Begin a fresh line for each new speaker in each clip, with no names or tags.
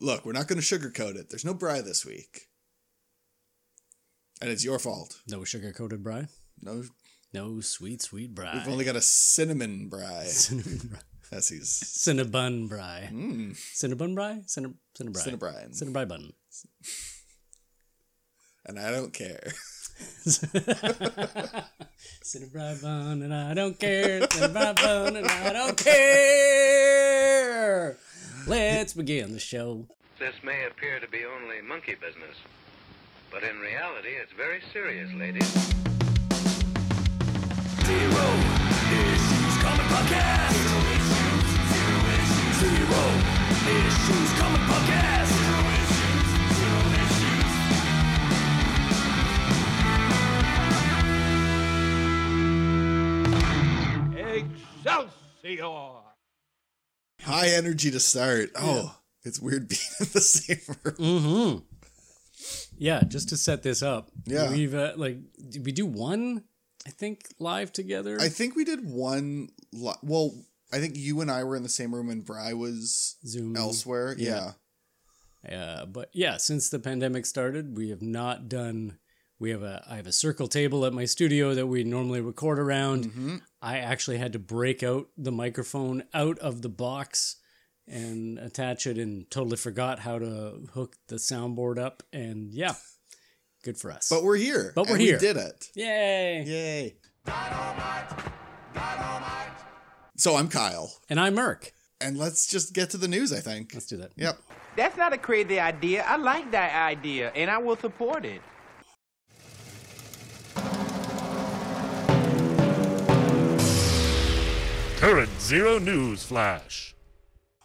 look, we're not going to sugarcoat it. There's no Bry this week. And it's your fault.
No sugar coated bry.
No,
No sweet, sweet bry.
we've only got a cinnamon Bry.
cinnamon bry.
That's he's
Cinnabun bry.
mm,
Cinnabun bry? Cinna, cinnabry.
Cinnabrine.
Cinnabry bun.
and I don't care.
Cinnabry bun and I don't care. Cinnabry bun and I don't care. Let's begin the show.
This may appear to be only monkey business, but in reality, it's very serious, ladies.
Excelsior!
High energy to start. Oh, it's weird being in the same room.
Mm-hmm. Yeah, just to set this up.
Yeah.
We've, uh, like, did we do one, I think, live together?
I think we did one. Li- well, I think you and I were in the same room, and Bry was
Zoom.
elsewhere. Yeah.
Uh, but yeah, since the pandemic started, we have not done. We have a I have a circle table at my studio that we normally record around.
Mm-hmm.
I actually had to break out the microphone out of the box and attach it, and totally forgot how to hook the soundboard up. And yeah, good for us.
But we're here.
But we're
and
here.
We did it.
Yay!
Yay. So I'm Kyle,
And I'm Merc.
and let's just get to the news, I think.
Let's do that.
Yep.
That's not a crazy idea. I like that idea, and I will support it.
Current Zero News Flash.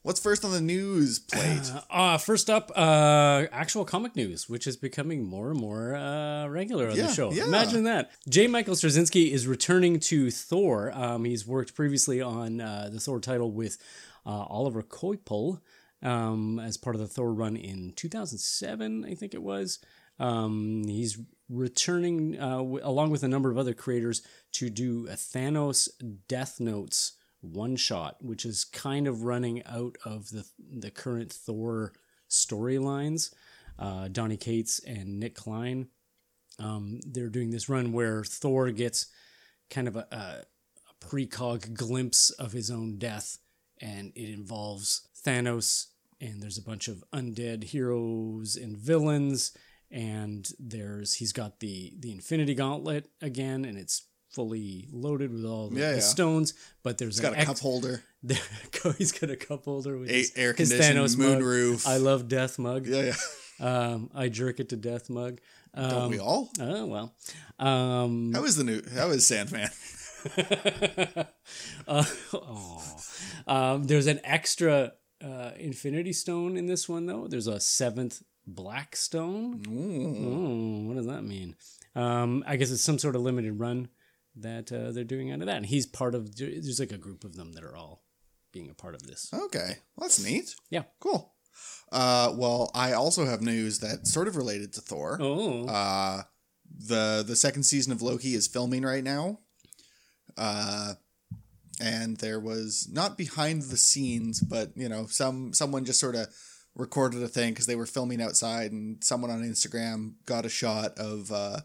What's first on the news plate?
Uh, uh, first up, uh, actual comic news, which is becoming more and more uh, regular on
Yeah,
the show.
yeah.
Imagine that. J. Michael Straczynski is returning to Thor. Um, he's worked previously on uh, the Thor title with uh, Oliver Koipel um, as part of the Thor run in 2007, I think it was. Um, he's returning uh, w- along with a number of other creators to do a Thanos Death Notes one shot, which is kind of running out of the the current Thor storylines. Uh, Donny Cates and Nick Klein, um, they're doing this run where Thor gets kind of a, a, a precog glimpse of his own death, and it involves Thanos, and there's a bunch of undead heroes and villains, and there's he's got the the Infinity Gauntlet again, and it's fully loaded with all the,
Yeah,
the
yeah.
stones, but
It's
there's
got
an
a
ex-
cup holder.
there- he's got a cup holder with
A-
his,
air
his
conditioned
Thanos
moon
mug.
roof.
I love death mug.
Yeah, yeah.
Um, I jerk it to death mug. Um,
Don't we all?
Oh well. Um,
How is the new? How is Sandman?
uh, aw. um, there's an extra uh, Infinity Stone in this one though. There's a seventh Black Stone.
Ooh.
Oh, what does that mean? Um, I guess it's some sort of limited run that uh, they're doing out of that. And he's part of. There's like a group of them that are all being a part of this.
Okay, well, that's neat.
Yeah.
Cool. Uh, well, I also have news that's sort of related to Thor.
Oh.
Uh, the the second season of Loki is filming right now. Uh, and there was not behind the scenes, but you know, some someone just sort of recorded a thing because they were filming outside, and someone on Instagram got a shot of uh,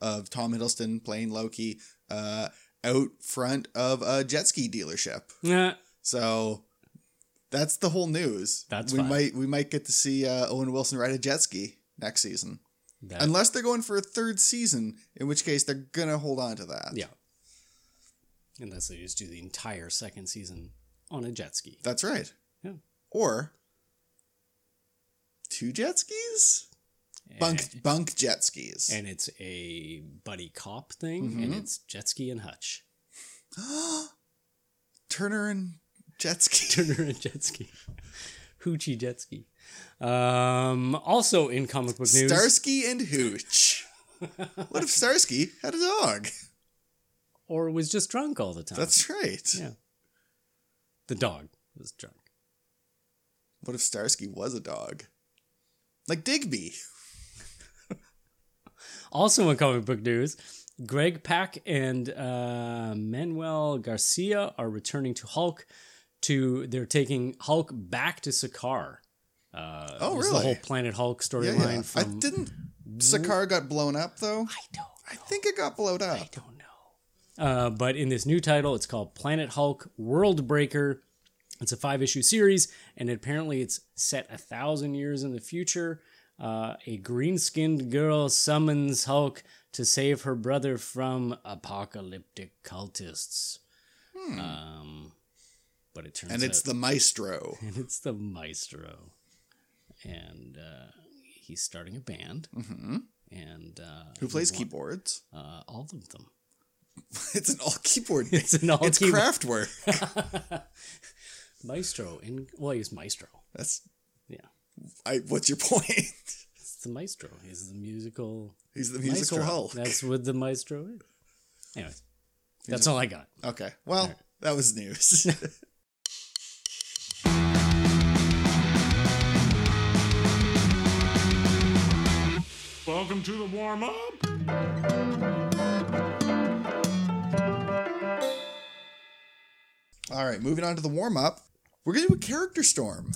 of Tom Hiddleston playing Loki uh, out front of a jet ski dealership.
Nah.
So that's the whole news.
That's
we
fine.
might we might get to see uh, Owen Wilson ride a jet ski next season,
That-
unless they're going for a third season, in which case they're gonna hold on to that.
Yeah. Unless they just do the entire second season on a jet ski.
that's right.
Yeah.
Or two jet skis,
Eh.
bunk bunk jet skis.
And it's a buddy cop thing,
Mm-hmm.
and it's jet ski and Hutch.
Turner and jet ski.
Turner and jet ski. Hoochie jet ski. Um, also in comic book news.
Starsky and Hooch. what if Starsky had a dog?
Or was just drunk all the time.
That's right.
Yeah. The dog was drunk.
What if Starsky was a dog? Like Digby.
Also in comic book news, Greg Pak and uh, Manuel Garcia are returning to Hulk. To they're taking Hulk back to Sakaar Uh,
Oh,
it was The
really?
whole Planet Hulk
Yeah,
storyline
yeah. I
from.
didn't. Sakaar got blown up though.
I don't.
I think it got blown up.
I don't know. Uh, but in this new title, it's called Planet Hulk World Breaker. It's a five issue series, and apparently it's set a thousand years in the future. Uh, a green skinned girl summons Hulk to save her brother from apocalyptic cultists. Um, but it turns
Hmm. And it's
out-
the maestro.
and it's the maestro, and uh, he's starting a band, and uh,
Mm-hmm. Who plays
he wa-
keyboards?
Uh, all of them.
It's an all keyboard.
It's an all
it's
keyboard-
craft work.
Maestro in well, he's Maestro.
That's
Yeah.
I. What's your point?
It's the Maestro. He's the musical
He's the musical
Maestro.
Hulk.
That's what the Maestro is. Anyway, that's all I got.
Okay. Well, that was news.
Welcome to the warm up.
all right. Moving on to the warm up. We're gonna do a character storm.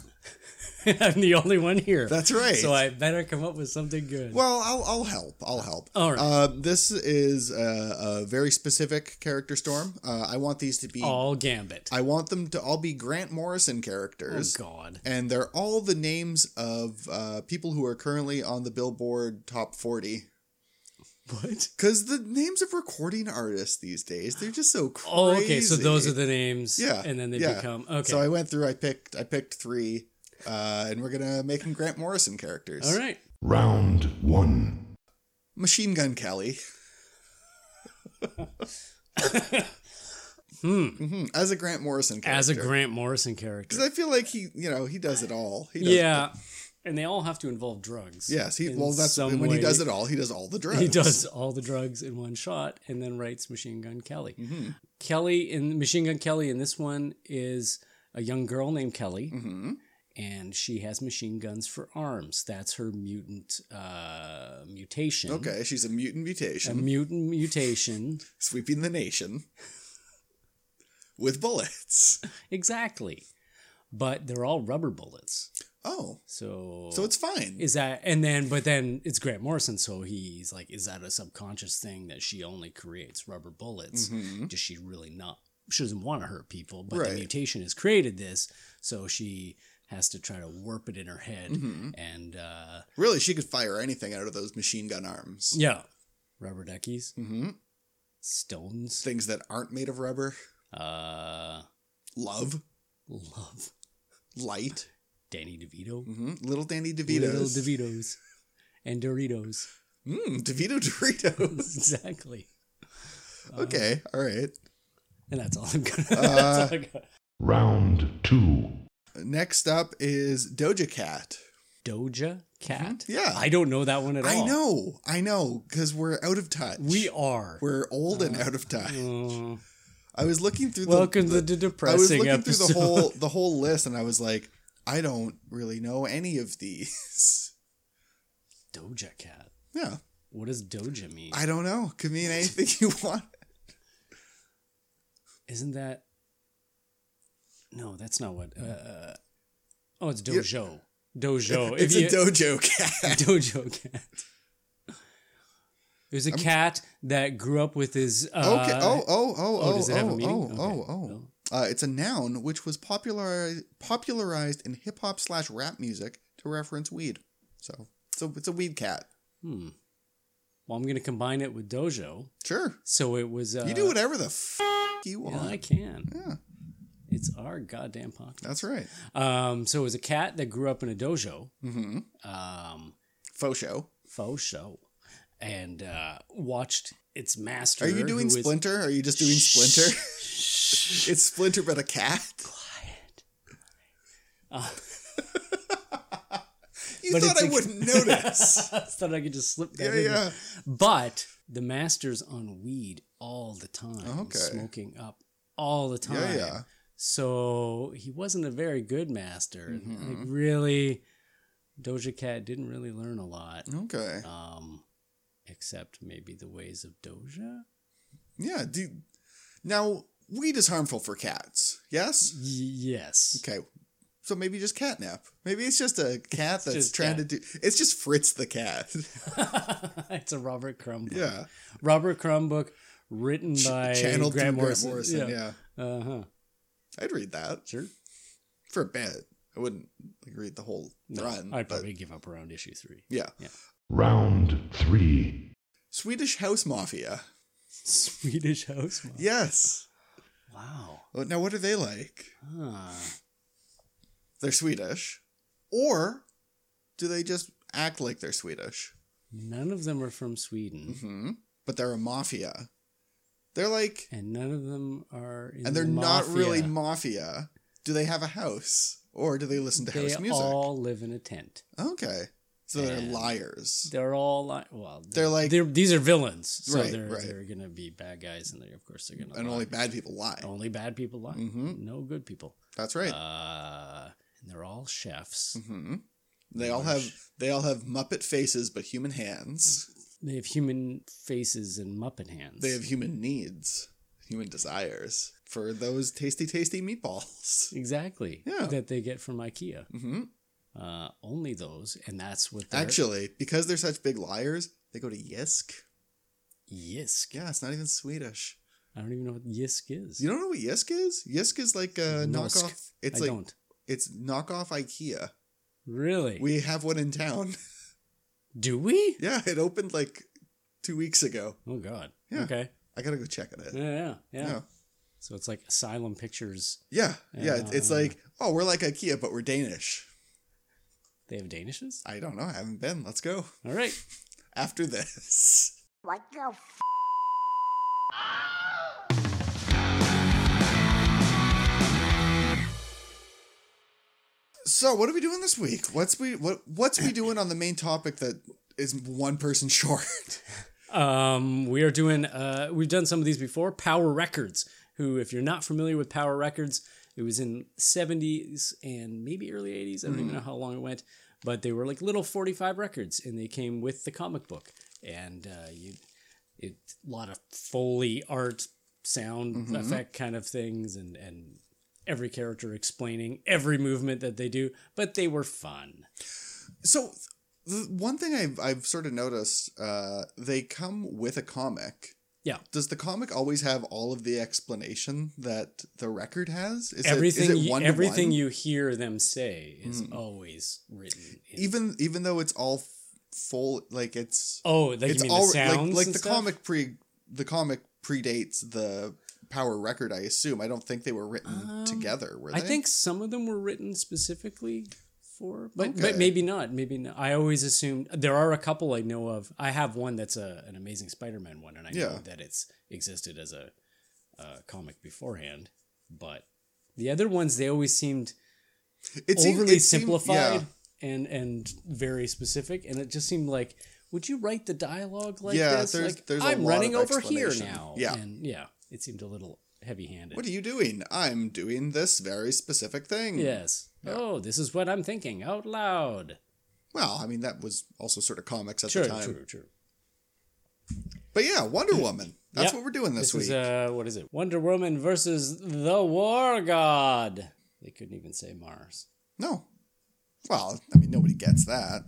I'm the only one here.
That's right.
So I better come up with something good.
Well, I'll, I'll help. I'll help.
All right.
Uh, this is a, a very specific character storm. Uh, I want these to be.
all Gambit.
I want them to all be Grant Morrison
oh
characters.
God.
And they're all the names of uh, people who are currently on the Billboard Top 40.
What?
Because the names of recording artists these days, they're just so crazy.
Oh, okay. So those are the names.
Yeah.
And then they
yeah.
become okay.
So I went through. I picked. I picked three, uh, and we're gonna make them Grant Morrison characters.
all right.
Round one.
Machine Gun Kelly. hmm As a Grant Morrison character.
As a Grant Morrison character.
'Cause I feel like he, you know, he does it all. He does
yeah. And they all have to involve drugs.
Yes. He,
in
well, that's
some
when he
way.
does it all. He does all the drugs.
He does all the drugs in one shot and then writes Machine Gun Kelly. Kelly in Machine Gun Kelly in this one is a young girl named Kelly, and she has machine guns for arms. That's her mutant uh, mutation.
Okay. She's a mutant
A
mutation,
mutant mutation.
sweeping the nation with bullets.
exactly. But they're all rubber bullets.
Oh,
So,
so it's fine.
is that and then but then it's Grant Morrison, so he's like, is that a subconscious thing that she only creates rubber bullets? Does she really not? She doesn't want to hurt people, but
Mm-hmm. Right.
the mutation has created this, so she has to try to warp it in her head,
Mm-hmm.
and uh,
really, she could fire anything out of those machine gun arms.
yeah, rubber duckies,
hmm
stones,
Things that aren't made of rubber.
uh,
Love,
love,
light.
Danny DeVito,
hmm Little Danny DeVito.
little DeVitos, and Doritos,
Mm, DeVito Doritos.
exactly, Uh-huh.
okay, all right.
and that's all I'm gonna.
Uh,
that's all I got.
Round two.
Next up is Doja Cat.
Doja Cat.
Yeah.
I don't know that one at all.
I know, I know, because we're out of touch.
We Uh-huh. are.
we're old and out of touch.
Uh,
I was looking through
welcome
the,
to the
I was
depressing
looking
episode.
through the whole the whole list, and I was like, I don't really know any of these.
Doja Cat.
yeah,
What does Doja mean?
I don't know. Could mean anything you want.
Isn't that? No, that's not what. Uh, uh, oh, it's Dojo. Dojo.
It's
If
a
you-
dojo cat.
Dojo Cat. There's a cat that grew up with his. Uh,
okay. Oh, oh, oh,
oh,
oh,
does it
oh,
have a meaning?
oh,
Okay.
oh, oh. Uh, it's a noun which was popularized popularized in hip hop slash rap music to reference weed. So, so it's a weed cat.
Well, I'm gonna combine it with Dojo.
Sure,
So it was. Uh,
you do whatever the f- you want.
Yeah, I can.
Yeah.
It's our goddamn podcast.
That's right.
Um, so it was a cat that grew up in a dojo,
Mm-hmm.
um,
Faux show.
faux show, and uh, watched its master.
Are you doing
who is-
Splinter? Are you just doing Splinter? it's Splinter, but a cat.
Quiet. Uh.
You
But
thought
it's
I
a-
wouldn't notice.
I thought I could just slip that
yeah,
in. there.
yeah.
But the master's on weed all the time,
Okay.
smoking up all the time.
Yeah, yeah.
So he wasn't a very good master.
Mm-hmm.
Like really, Doja Cat didn't really learn a lot.
Okay.
um, except maybe the ways of Doja.
Yeah. Do, now, weed is harmful for cats. Yes?
yes.
Okay. So maybe just catnap. Maybe it's just a cat that's
just
trying
cat.
to do. It's just Fritz the cat.
it's a Robert Crumb book.
yeah.
Robert Crumb book written by
Channeled
Grant
through
Morrison.
Grant Morrison.
yeah.
Yeah.
Uh huh.
I'd read that
Sure.
for a bit. I wouldn't like, read the whole run.
I'd
Mm. but-
probably give up around issue three.
yeah.
Round 3.
Swedish House
Oh.
Mafia.
Swedish House Mob.
Yes.
Wow.
Well, Now, what are they like?
Huh.
They're Swedish, or do they just act like they're Swedish?
None of them are from Sweden,
Hmm. But they're a mafia. They're like,
and none of them are. In
and they're
the
not really
mafia.
mafia. Do they have a house, or do they listen to
They
house music?
all live in a tent.
Okay, so they're
And-
liars.
They're all like, well,
They're like-
they're, these are villains, so
Right,
they're
right.
they're gonna be bad guys, and they're of course they're gonna
And
lie.
only bad people lie.
only bad people lie,
Mhm.
no good people.
That's right.
Uh, and they're all chefs.
hmm They all have they all have Muppet faces but human hands.
They have human faces and muppet hands.
They have human needs, human desires for those tasty, tasty meatballs.
exactly
Yeah.
that they get from IKEA.
hmm
Uh, only those, and that's what they're-
Actually, because they're such big liars, they go to Yisk.
Yisk.
Yeah, it's not even Swedish.
I don't even know what Yisk is.
You don't know what Yisk is? Yisk is like a
Nosk.
knockoff. It's
I
like
don't
it's knockoff IKEA.
really.
We have one in town.
Do we?
yeah, it opened like two weeks ago.
Oh God.
Yeah.
Okay.
I gotta go check on
Yeah,
it.
yeah, yeah.
Yeah.
So it's like Asylum Pictures.
Yeah, yeah. it's- It's
Yeah.
like, oh, we're like IKEA, but we're Danish.
They have Danishes.
I don't know. I haven't been. Let's go
All right.
after this.
What the f-
So what are we doing this week? What's we what what's we doing on the main topic that is one person short?
Um, we are doing. Uh, we've done some of these before. Power Records. Who, if you're not familiar with Power Records, it was in 70s and maybe early 80s. I don't even know how long it went, but they were like little 45 records, and they came with the comic book, and uh, you, it a lot of foley art, sound effect kind of things, and and every character explaining every movement that they do. But they were fun.
so the one thing I've I've sort of noticed, uh, they come with a comic.
Yeah.
Does the comic always have all of the explanation that the record has? Is
everything
it, is it
you-
one
everything
to one?
you hear them say is always written in,
even even though it's all f- full like it's
oh like you
it's
mean
all
the sounds
like like
and
the
stuff?
comic pre the comic predates the power record. I assume I don't think they were written together. Were they?
Um, i think some of them were written specifically for but but
Okay.
maybe not maybe not. i always assumed there are a couple i know of i have one that's a, an amazing spider-man one and i know
Yeah.
that it's existed as a, uh comic beforehand but the other ones they always seemed
it seem-
overly
it seem-
simplified
yeah.
and and very specific and it just seemed like would you write the dialogue like
Yeah,
this
there's-
like
there's a
i'm
lot
running
of
over here
explanation.
now
Yeah.
and yeah it seemed a little heavy-handed
What are you doing? I'm doing this very specific thing.
yes oh this is what i'm thinking out loud
Well, I mean that was also sort of comics at
true
the time.
true true
But yeah, Wonder Woman. That's
Yep.
what we're doing this,
this is
week.
uh what is it wonder woman versus the war god they couldn't even say mars
no. Well, I mean nobody gets that.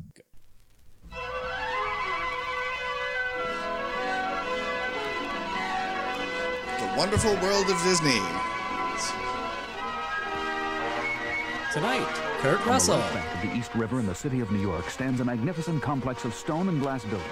The wonderful world of Disney.
tonight kurt russell
Back of the East River in the city of New York stands a magnificent complex of stone and glass buildings.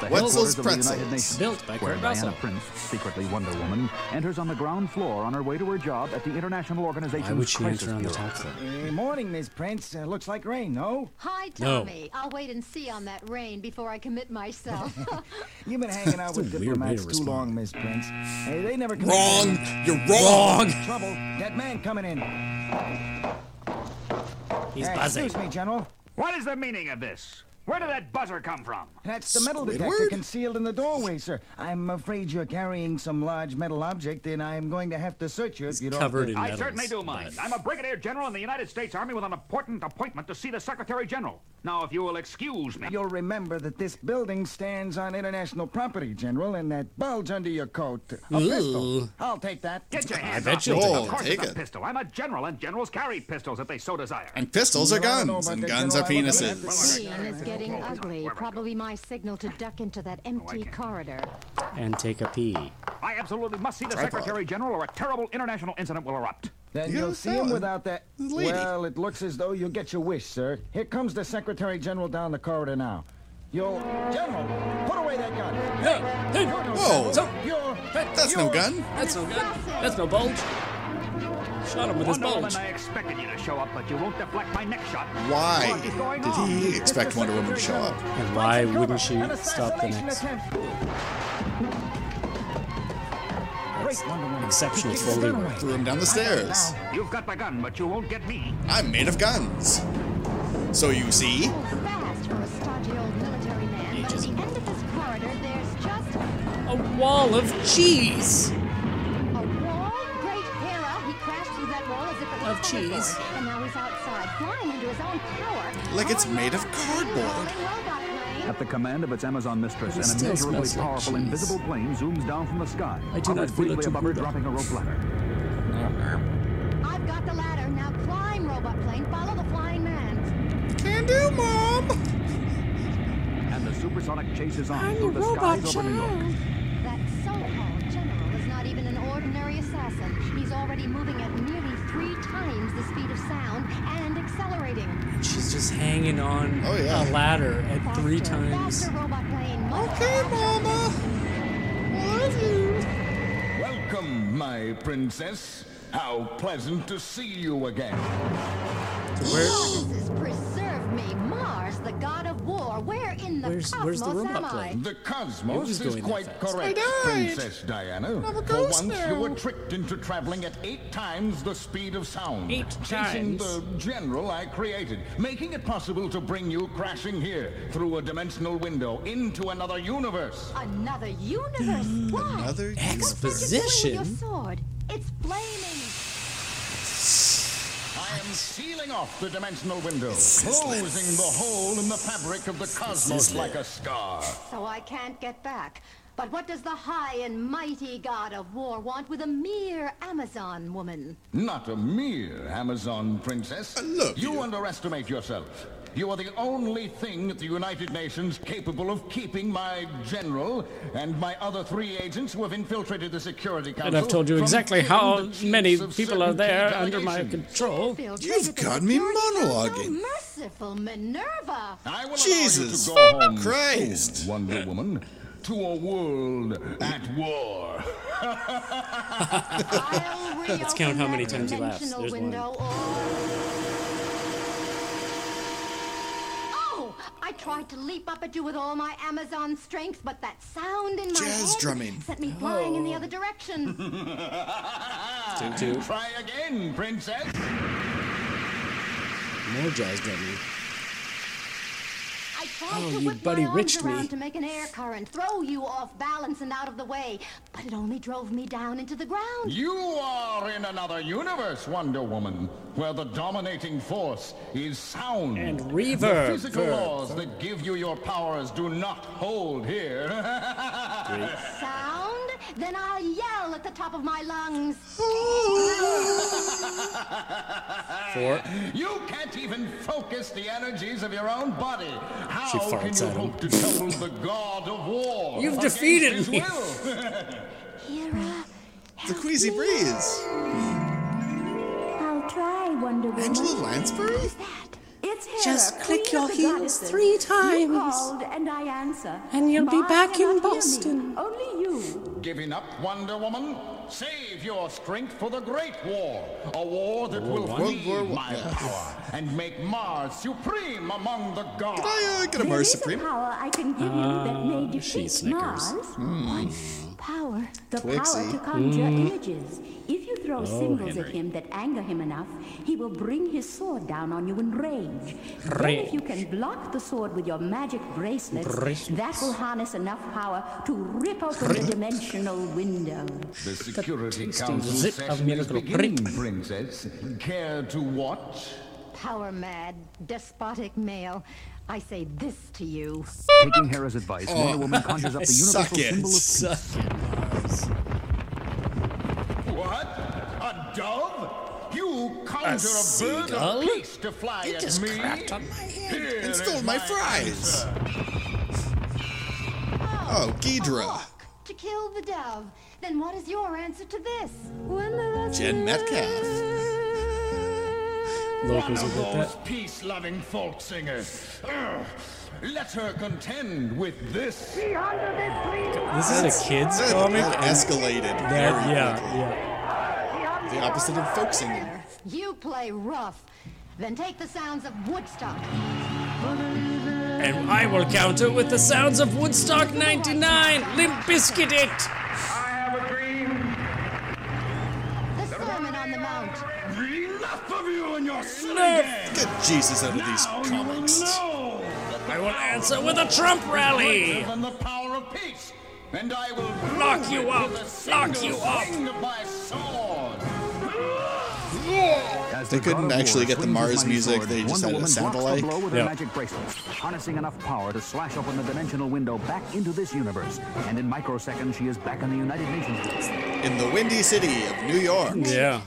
The
Wetzel's
headquarters of the United
Pretzels.
Nations,
Built by
where
Kurt
Diana
Russell.
Prince, secretly Wonder Woman, enters on the ground floor on her way to her job at the International
why
Organization's
would she
Crisis
enter on the
Bureau.
top floor
Good morning, Miss Prince. Uh, looks like rain, no?
Hi,
No.
Tommy. I'll wait and see on that rain before I commit myself.
You've been hanging out with
a weird way to
diplomats too
respond.
long, Miss Prince. Hey, they never come
Wrong! You're wrong!
Trouble. That man coming in.
he's
Hey,
buzzing
Excuse me, General.
What is the meaning of this?
Where did that buzzer come from?
That's the metal
Squidward?
detector concealed in the doorway, sir. I'm afraid you're carrying some large metal object, and I'm going to have to search you if you don't.
Covered in
I
medals,
certainly do mind.
but-
I'm a brigadier general in the United States Army with an important appointment to see the Secretary General. Now, if you will excuse me.
You'll remember that this building stands on international property, General, and that bulge under your coat. A
Ooh.
pistol. I'll take that.
Get your hands
bet
off
you'll
me.
take it.
Of course
Take
it's a
it.
pistol. I'm a general, and generals carry pistols if they so desire.
And pistols are
No, I don't know
guns,
about
and
that,
guns are
General. I wasn't at the
penises.
Scene is getting ugly. Probably my signal to duck into that empty corridor.
and take a pee.
I absolutely must see the
Tripod.
Secretary General, or a terrible international incident will erupt.
Then
You
you'll see him
fella.
without that.
Lady.
Well, it looks as though you'll get your wish, sir. Here comes the Secretary General down the corridor now. You'll. General, put away that gun. You're no
Whoa.
general. You're-
That's no
you're-
gun.
That's no good. That's no bulge. Shot him with his
Wonder
bulge.
Woman, I expected you to show up, but you won't deflect my next shot.
Why
What is going
did
on?
he expect Wonder Woman to show up?
And why wouldn't she
An
stop the
assassination
next
attempt. Great Wonder Woman.
exceptional
She kicked the
Foley
gun
work?
away.
Threw him down the stairs.
You've got my gun, but you won't get me.
I'm made of guns. So you see,
Move fast for a stodgy old military man, but at the end of this corridor, there's just
A wall of cheese.
a wall. Great Hera, he crashed through that wall as if
Oh,
it was
Of cheese.
cardboard, and now he's outside, flying into his own power.
Like it's
hauling
made of
around a big
cardboard.
rolling robot plane.
At the command of its Amazon mistress,
But it
an
still
immeasurably
smells like
powerful
cheese.
invisible plane zooms down from the sky,
I do not
hovers
feel a
briefly above her,
Tabuda.
dropping a rope ladder.
I've got the ladder. Now climb, robot plane. Follow the flying man.
can do, Mom.
And the supersonic chase is on through the skies over New York.
That so-called general is not even an ordinary assassin. He's already moving at nearly three times the speed of sound and accelerating.
And she's just hanging on
Oh, yeah.
a ladder at three
Faster,
times.
Faster, robot plane. Much
Okay,
faster.
Mama. Love you.
Welcome, my princess. How pleasant to see you again.
Goddesses preserve me, Mars, the god of war. Where in the
Where's-
cosmos
where's the robot
am I?
plane?
The
It
cosmos
was
is
going that
quite
fast.
correct,
I died.
Princess Diana.
I'm a
For
ghost
once,
now.
you were tricked into traveling at eight times the speed of sound.
Eight
chasing
times?
the general I created, making it possible to bring you crashing here through a dimensional window into another universe.
Another universe. Why?
Another
What's what you're doing with
Exposition?
your sword? It's flaming.
I am sealing off the dimensional window, closing the hole in the fabric of the cosmos
sizzling.
like a scar.
So I can't get back. But what does the high and mighty god of war want with a mere Amazon woman?
Not a mere Amazon princess.
love you.
underestimate yourself. You are the only thing at the United Nations capable of keeping my general and my other three agents who have infiltrated the Security Council.
And I've told you
from
exactly
killing
how
the chiefs
many
of
people are
certain
there
key
under my
delegations.
control.
Filled
You've
with the
got me
security council?
monologuing.
Merciful Minerva.
I will
Jesus
allow you to go home
Christ.
soon, Wonder Woman, to a world at war.
I'll
Let's count
reopen
how many
that
times he laughs.
dimensional
There's one.
window Oh! or- Oh, I tried to leap up at you with all my Amazon strength, but that sound in my
Jazz
head
drumming.
sent me flying
Oh.
in the other direction.
Two, two.
Try again, princess.
More jazz drumming.
I tried
Oh,
to
you
whip
buddy
my arms
riched me.
around to make an air current, throw you off balance and out of the way, but it only drove me down into the ground.
You are in another universe, Wonder Woman, where the dominating force is sound.
And
The
reverb.
physical
Verb.
laws that give you your powers do not hold here.
Sound? Then I'll yell at the top of my lungs.
Four.
you can't even focus the energies of your own body. How
She
can
farts
you
at him.
hope to trouble the god of war?
You've
against
defeated
his
me.
will?
Hera,
The queasy breeze.
I'll try, Wonder Woman.
Angela Lansbury.
It's Hera,
Just click
queen
your
of the
heels
goddesses.
three
You
times.
called and I answer.
And you'll be
Mars
back in
cannot hear me,
Boston.
Only you.
Giving up, Wonder Woman? Save your strength for the Great War, a war that will feed
War One.
my
Yeah.
power and make Mars supreme among the gods.
I uh, get a
There
Mars
is a
Supreme.
power I can give you that may
Ah, she
defeat
snickers.
Mars.
Power.
The
Hmm. Twixy.
power to conjure images. If you throw
Hmm. Oh,
symbols at
Henry.
him that anger him enough, he will bring his sword down on you in rage. Then if you can block the sword with your magic bracelets,
Bracelets.
that will harness enough power to rip open the dimensional window.
The Security
tasty
Council
zip of
session is
miracle
beginning, Princess. Care to watch?
Power mad, despotic male. I say this to you.
Taking Hera's advice,
Oh.
Wonder Woman conjures up the universal
Suck it,
symbol of
suck
peace.
What? A dove? You conjure a, bird
seagull?
of peace to fly
It
at
just
me?
crapped on my head
Here
and
is
stole my fries. Oh, Ghidra.
To kill the dove. Then what is your answer to this? When the rest
Jen Metcalf.
One
Locals
of
will get
those peace-loving folk singers. Ugh. Let her contend with this.
This is a kid's
that-
comic.
that
and
escalated
That,
very
yeah,
The opposite of folk singing.
You play rough. Then take the sounds of Woodstock.
yeah. And I will counter with the sounds of Woodstock 99. Limp Biscuit it.
The Sermon on the Mount.
Enough of you and your silly
Get Jesus out of these comics.
I will answer with a Trump rally.
Than the power of peace, and I will
Lock
prove
you
it
up,
with a
lock
single
you up.
swing of my sword.
As
They
the god
couldn't
of
actually
war
get the
swings his
Mars
mighty
music,
sword,
they just
Wonder
had it
Woman
sound
blocks
alike.
The blow with
Yeah.
her magic bracelets, harnessing enough power to slash open the dimensional window back into this universe. And in microseconds, she is back in the United Nations.
In the windy city of New York.
Yeah.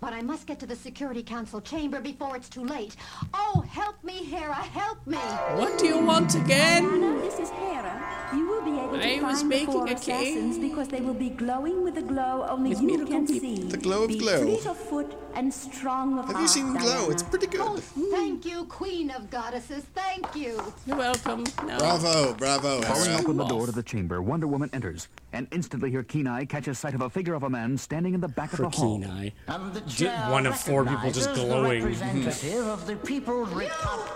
But I must get to the Security Council chamber before it's too late. Oh, help me, Hera, help me!
What do you want again?
Anna, this is Hera. You will be able to
I
find
was
the four
making a
assassins because they will be glowing with a glow only
With
you
miracle
can
peep.
see.
The glow of
be
glow.
fleet of foot and strong of
Have you
heart,
seen Glow?
Diana.
It's pretty good.
Oh,
Thank you, Queen of Goddesses, thank you!
You're welcome.
Bravo, bravo,
Throwing
Hera.
open the door to the chamber, Wonder Woman enters, and instantly her keen eye catches sight of a figure of a man standing in the back
Her
of the hall.
keen eye.
And the
Get
chair
one of four people just
recognizes the
glowing.
representative of the People's Republic.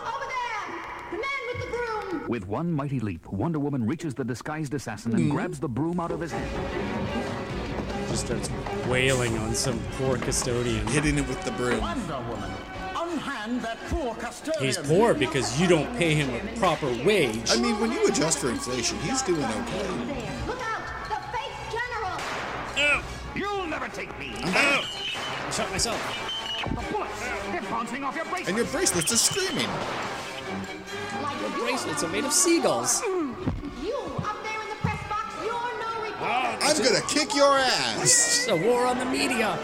With one mighty leap, Wonder Woman reaches the disguised assassin
Mm-hmm.
and grabs the broom out of his hand.
Just starts wailing on some poor custodian.
Hitting it with the broom.
Wonder Woman, unhand that poor custodian.
He's poor because you don't pay him a proper wage.
I mean, when you adjust for inflation, he's doing okay.
Look out, the fake general!
You'll never take me.
I shot myself.
The bullets. They're bouncing off your bracelet.
And your bracelets are screaming.
Like
Your bracelets are made of seagulls.
you up there in the press box, you're no reporter!
I'm gonna kick your ass.
It's a war on the media.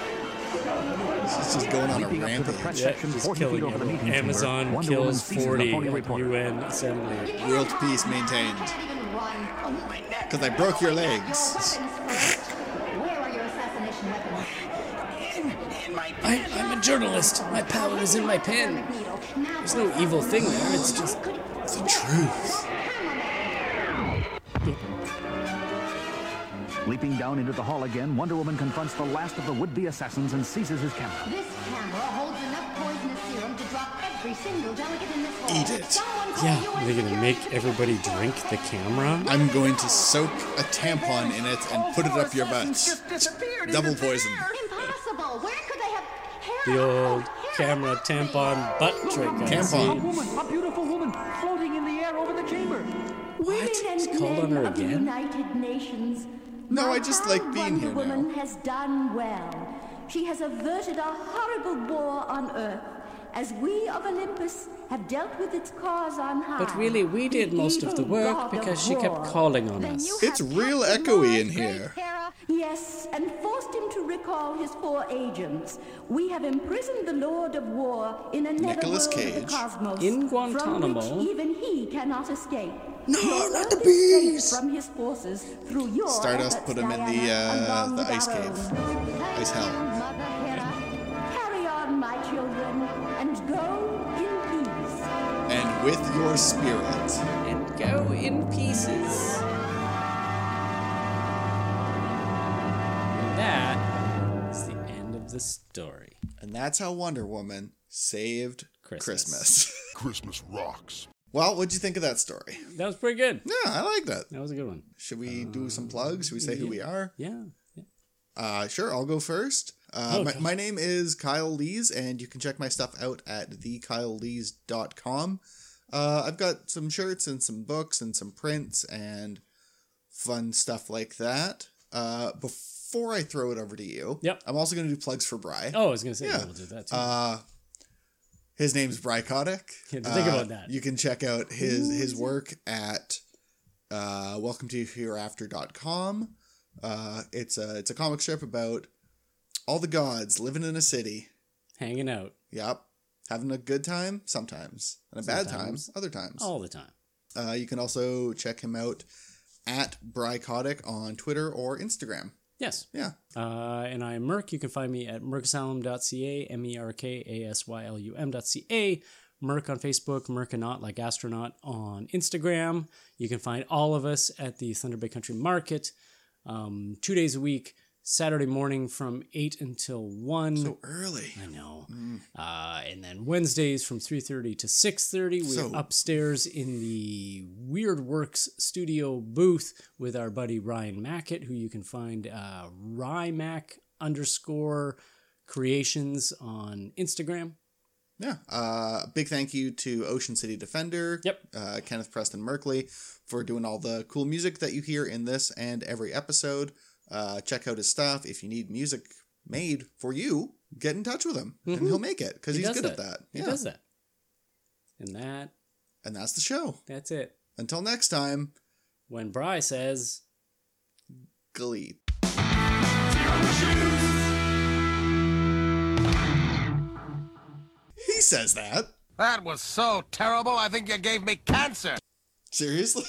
She's just going on a
Leaping up to the
rampage.
press
Yeah,
section,
just
40 feet
killing
over the
everyone.
meeting
Amazon
chamber. Wonder Woman
kills
seizes the
40
phony
at
reporter.
UN assembly.
World peace maintained.
can't even run. Oh, my neck.
Because I broke your
Your
legs.
weapons first. Where are your assassination weapons?
I, I'm a journalist. My power is in my pen. There's no evil thing there. It's just
The truth.
Leaping down into the hall again, Wonder Woman confronts the last of the would-be assassins and seizes his camera.
This camera holds enough poisonous serum to drop every single delegate in this hall.
Eat it.
Someone call
Yeah,
UN
are they gonna
Security
make everybody drink the camera?
I'm going to soak a tampon in it and put it up your butt. Double poison.
Impossible! Where could they have...
The
Hera,
old camera tampon butt trick. I
Tampon.
see.
woman, a beautiful woman, floating in the air over the chamber.
Women
It's
and men
called on her
of the
again?
United Nations.
No,
My
I just
proud
like being
Wonder
here
Woman
now.
has done well. She has averted a horrible war on Earth, as we of Olympus have dealt with its cause on high.
But really, we did
The
most of Ah, the
evil
work
god of
because she kept
war.
calling on
Then you
us.
have
It's real
captured
echoey
Mars,
in
great
here.
Hera.
Yes, and forced him to recall his four agents. We have imprisoned the Lord of War in another
Nicolas
world of
Cage.
the cosmos,
In
from
Guantanamo.
which even he cannot escape.
No,
Your
not
Earth
the
is saved
bees.
From his forces through your
Stardust
efforts,
put him in the
Diana,
uh,
along
the
with
ice
our
cave,
own.
ice hell.
Mother Hera.
Carry on, my children, and go in peace.
And with your spirit,
And go in pieces. And that is the end of the story.
and that's how Wonder Woman saved
Christmas.
Christmas. Christmas rocks. Well, what'd you think of that story?
That was pretty good.
Yeah, I like that. Um,
That was a good one.
Should we do some plugs? Should we say who we are?
Yeah.
Uh, sure, I'll go first. Uh, my, my name is Kyle Lees, and you can check my stuff out at thekylelees.com. Uh, I've got some shirts and some books and some prints and fun stuff like that. Uh, before I throw it over to you,
yep.
I'm also going to do plugs for Bry.
Oh, I was gonna say, yeah, we'll do that too.
Uh, his name's Bry Kotick.
Yeah, think about that.
You can check out his his work at uh, welcome to hereafter.com. Uh, it's a it's a comic strip about all the gods living in a city.
Hanging out
Yep, having a good time sometimes and a bad time
Sometimes. Oh.
other times.
all the time.
Uh, you can also check him out at Bry Kotick on Twitter or Instagram.
Yes.
Yeah.
Uh, and I'm Merck. You can find me at mercasylum.ca, M E R K A S Y L U M.ca. Merck on Facebook, Merconaut like astronaut on Instagram. You can find all of us at the Thunder Bay Country Market um, two days a week, Saturday morning from 8 until 1.
So early.
I know. Uh, and then Wednesdays from 3.30 to 6.30. We're
So-
upstairs in the Weird Works studio booth with our buddy Ryan Mackett, who you can find uh, Rymac underscore creations on Instagram.
Yeah. Uh, big thank you to Ocean City Defender.
Yep.
Uh, Kenneth Preston Merkley for doing all the cool music that you hear in this and every episode. Uh, check out his stuff. If you need music made for you, get in touch with him and he'll make it because
Mm-hmm. He
he's
does
good at that.
He does that. And that,
And that's the show.
that's it.
Until next time,
When Bry says...
Glee. He says that.
That was so terrible, I think you gave me cancer.
Seriously?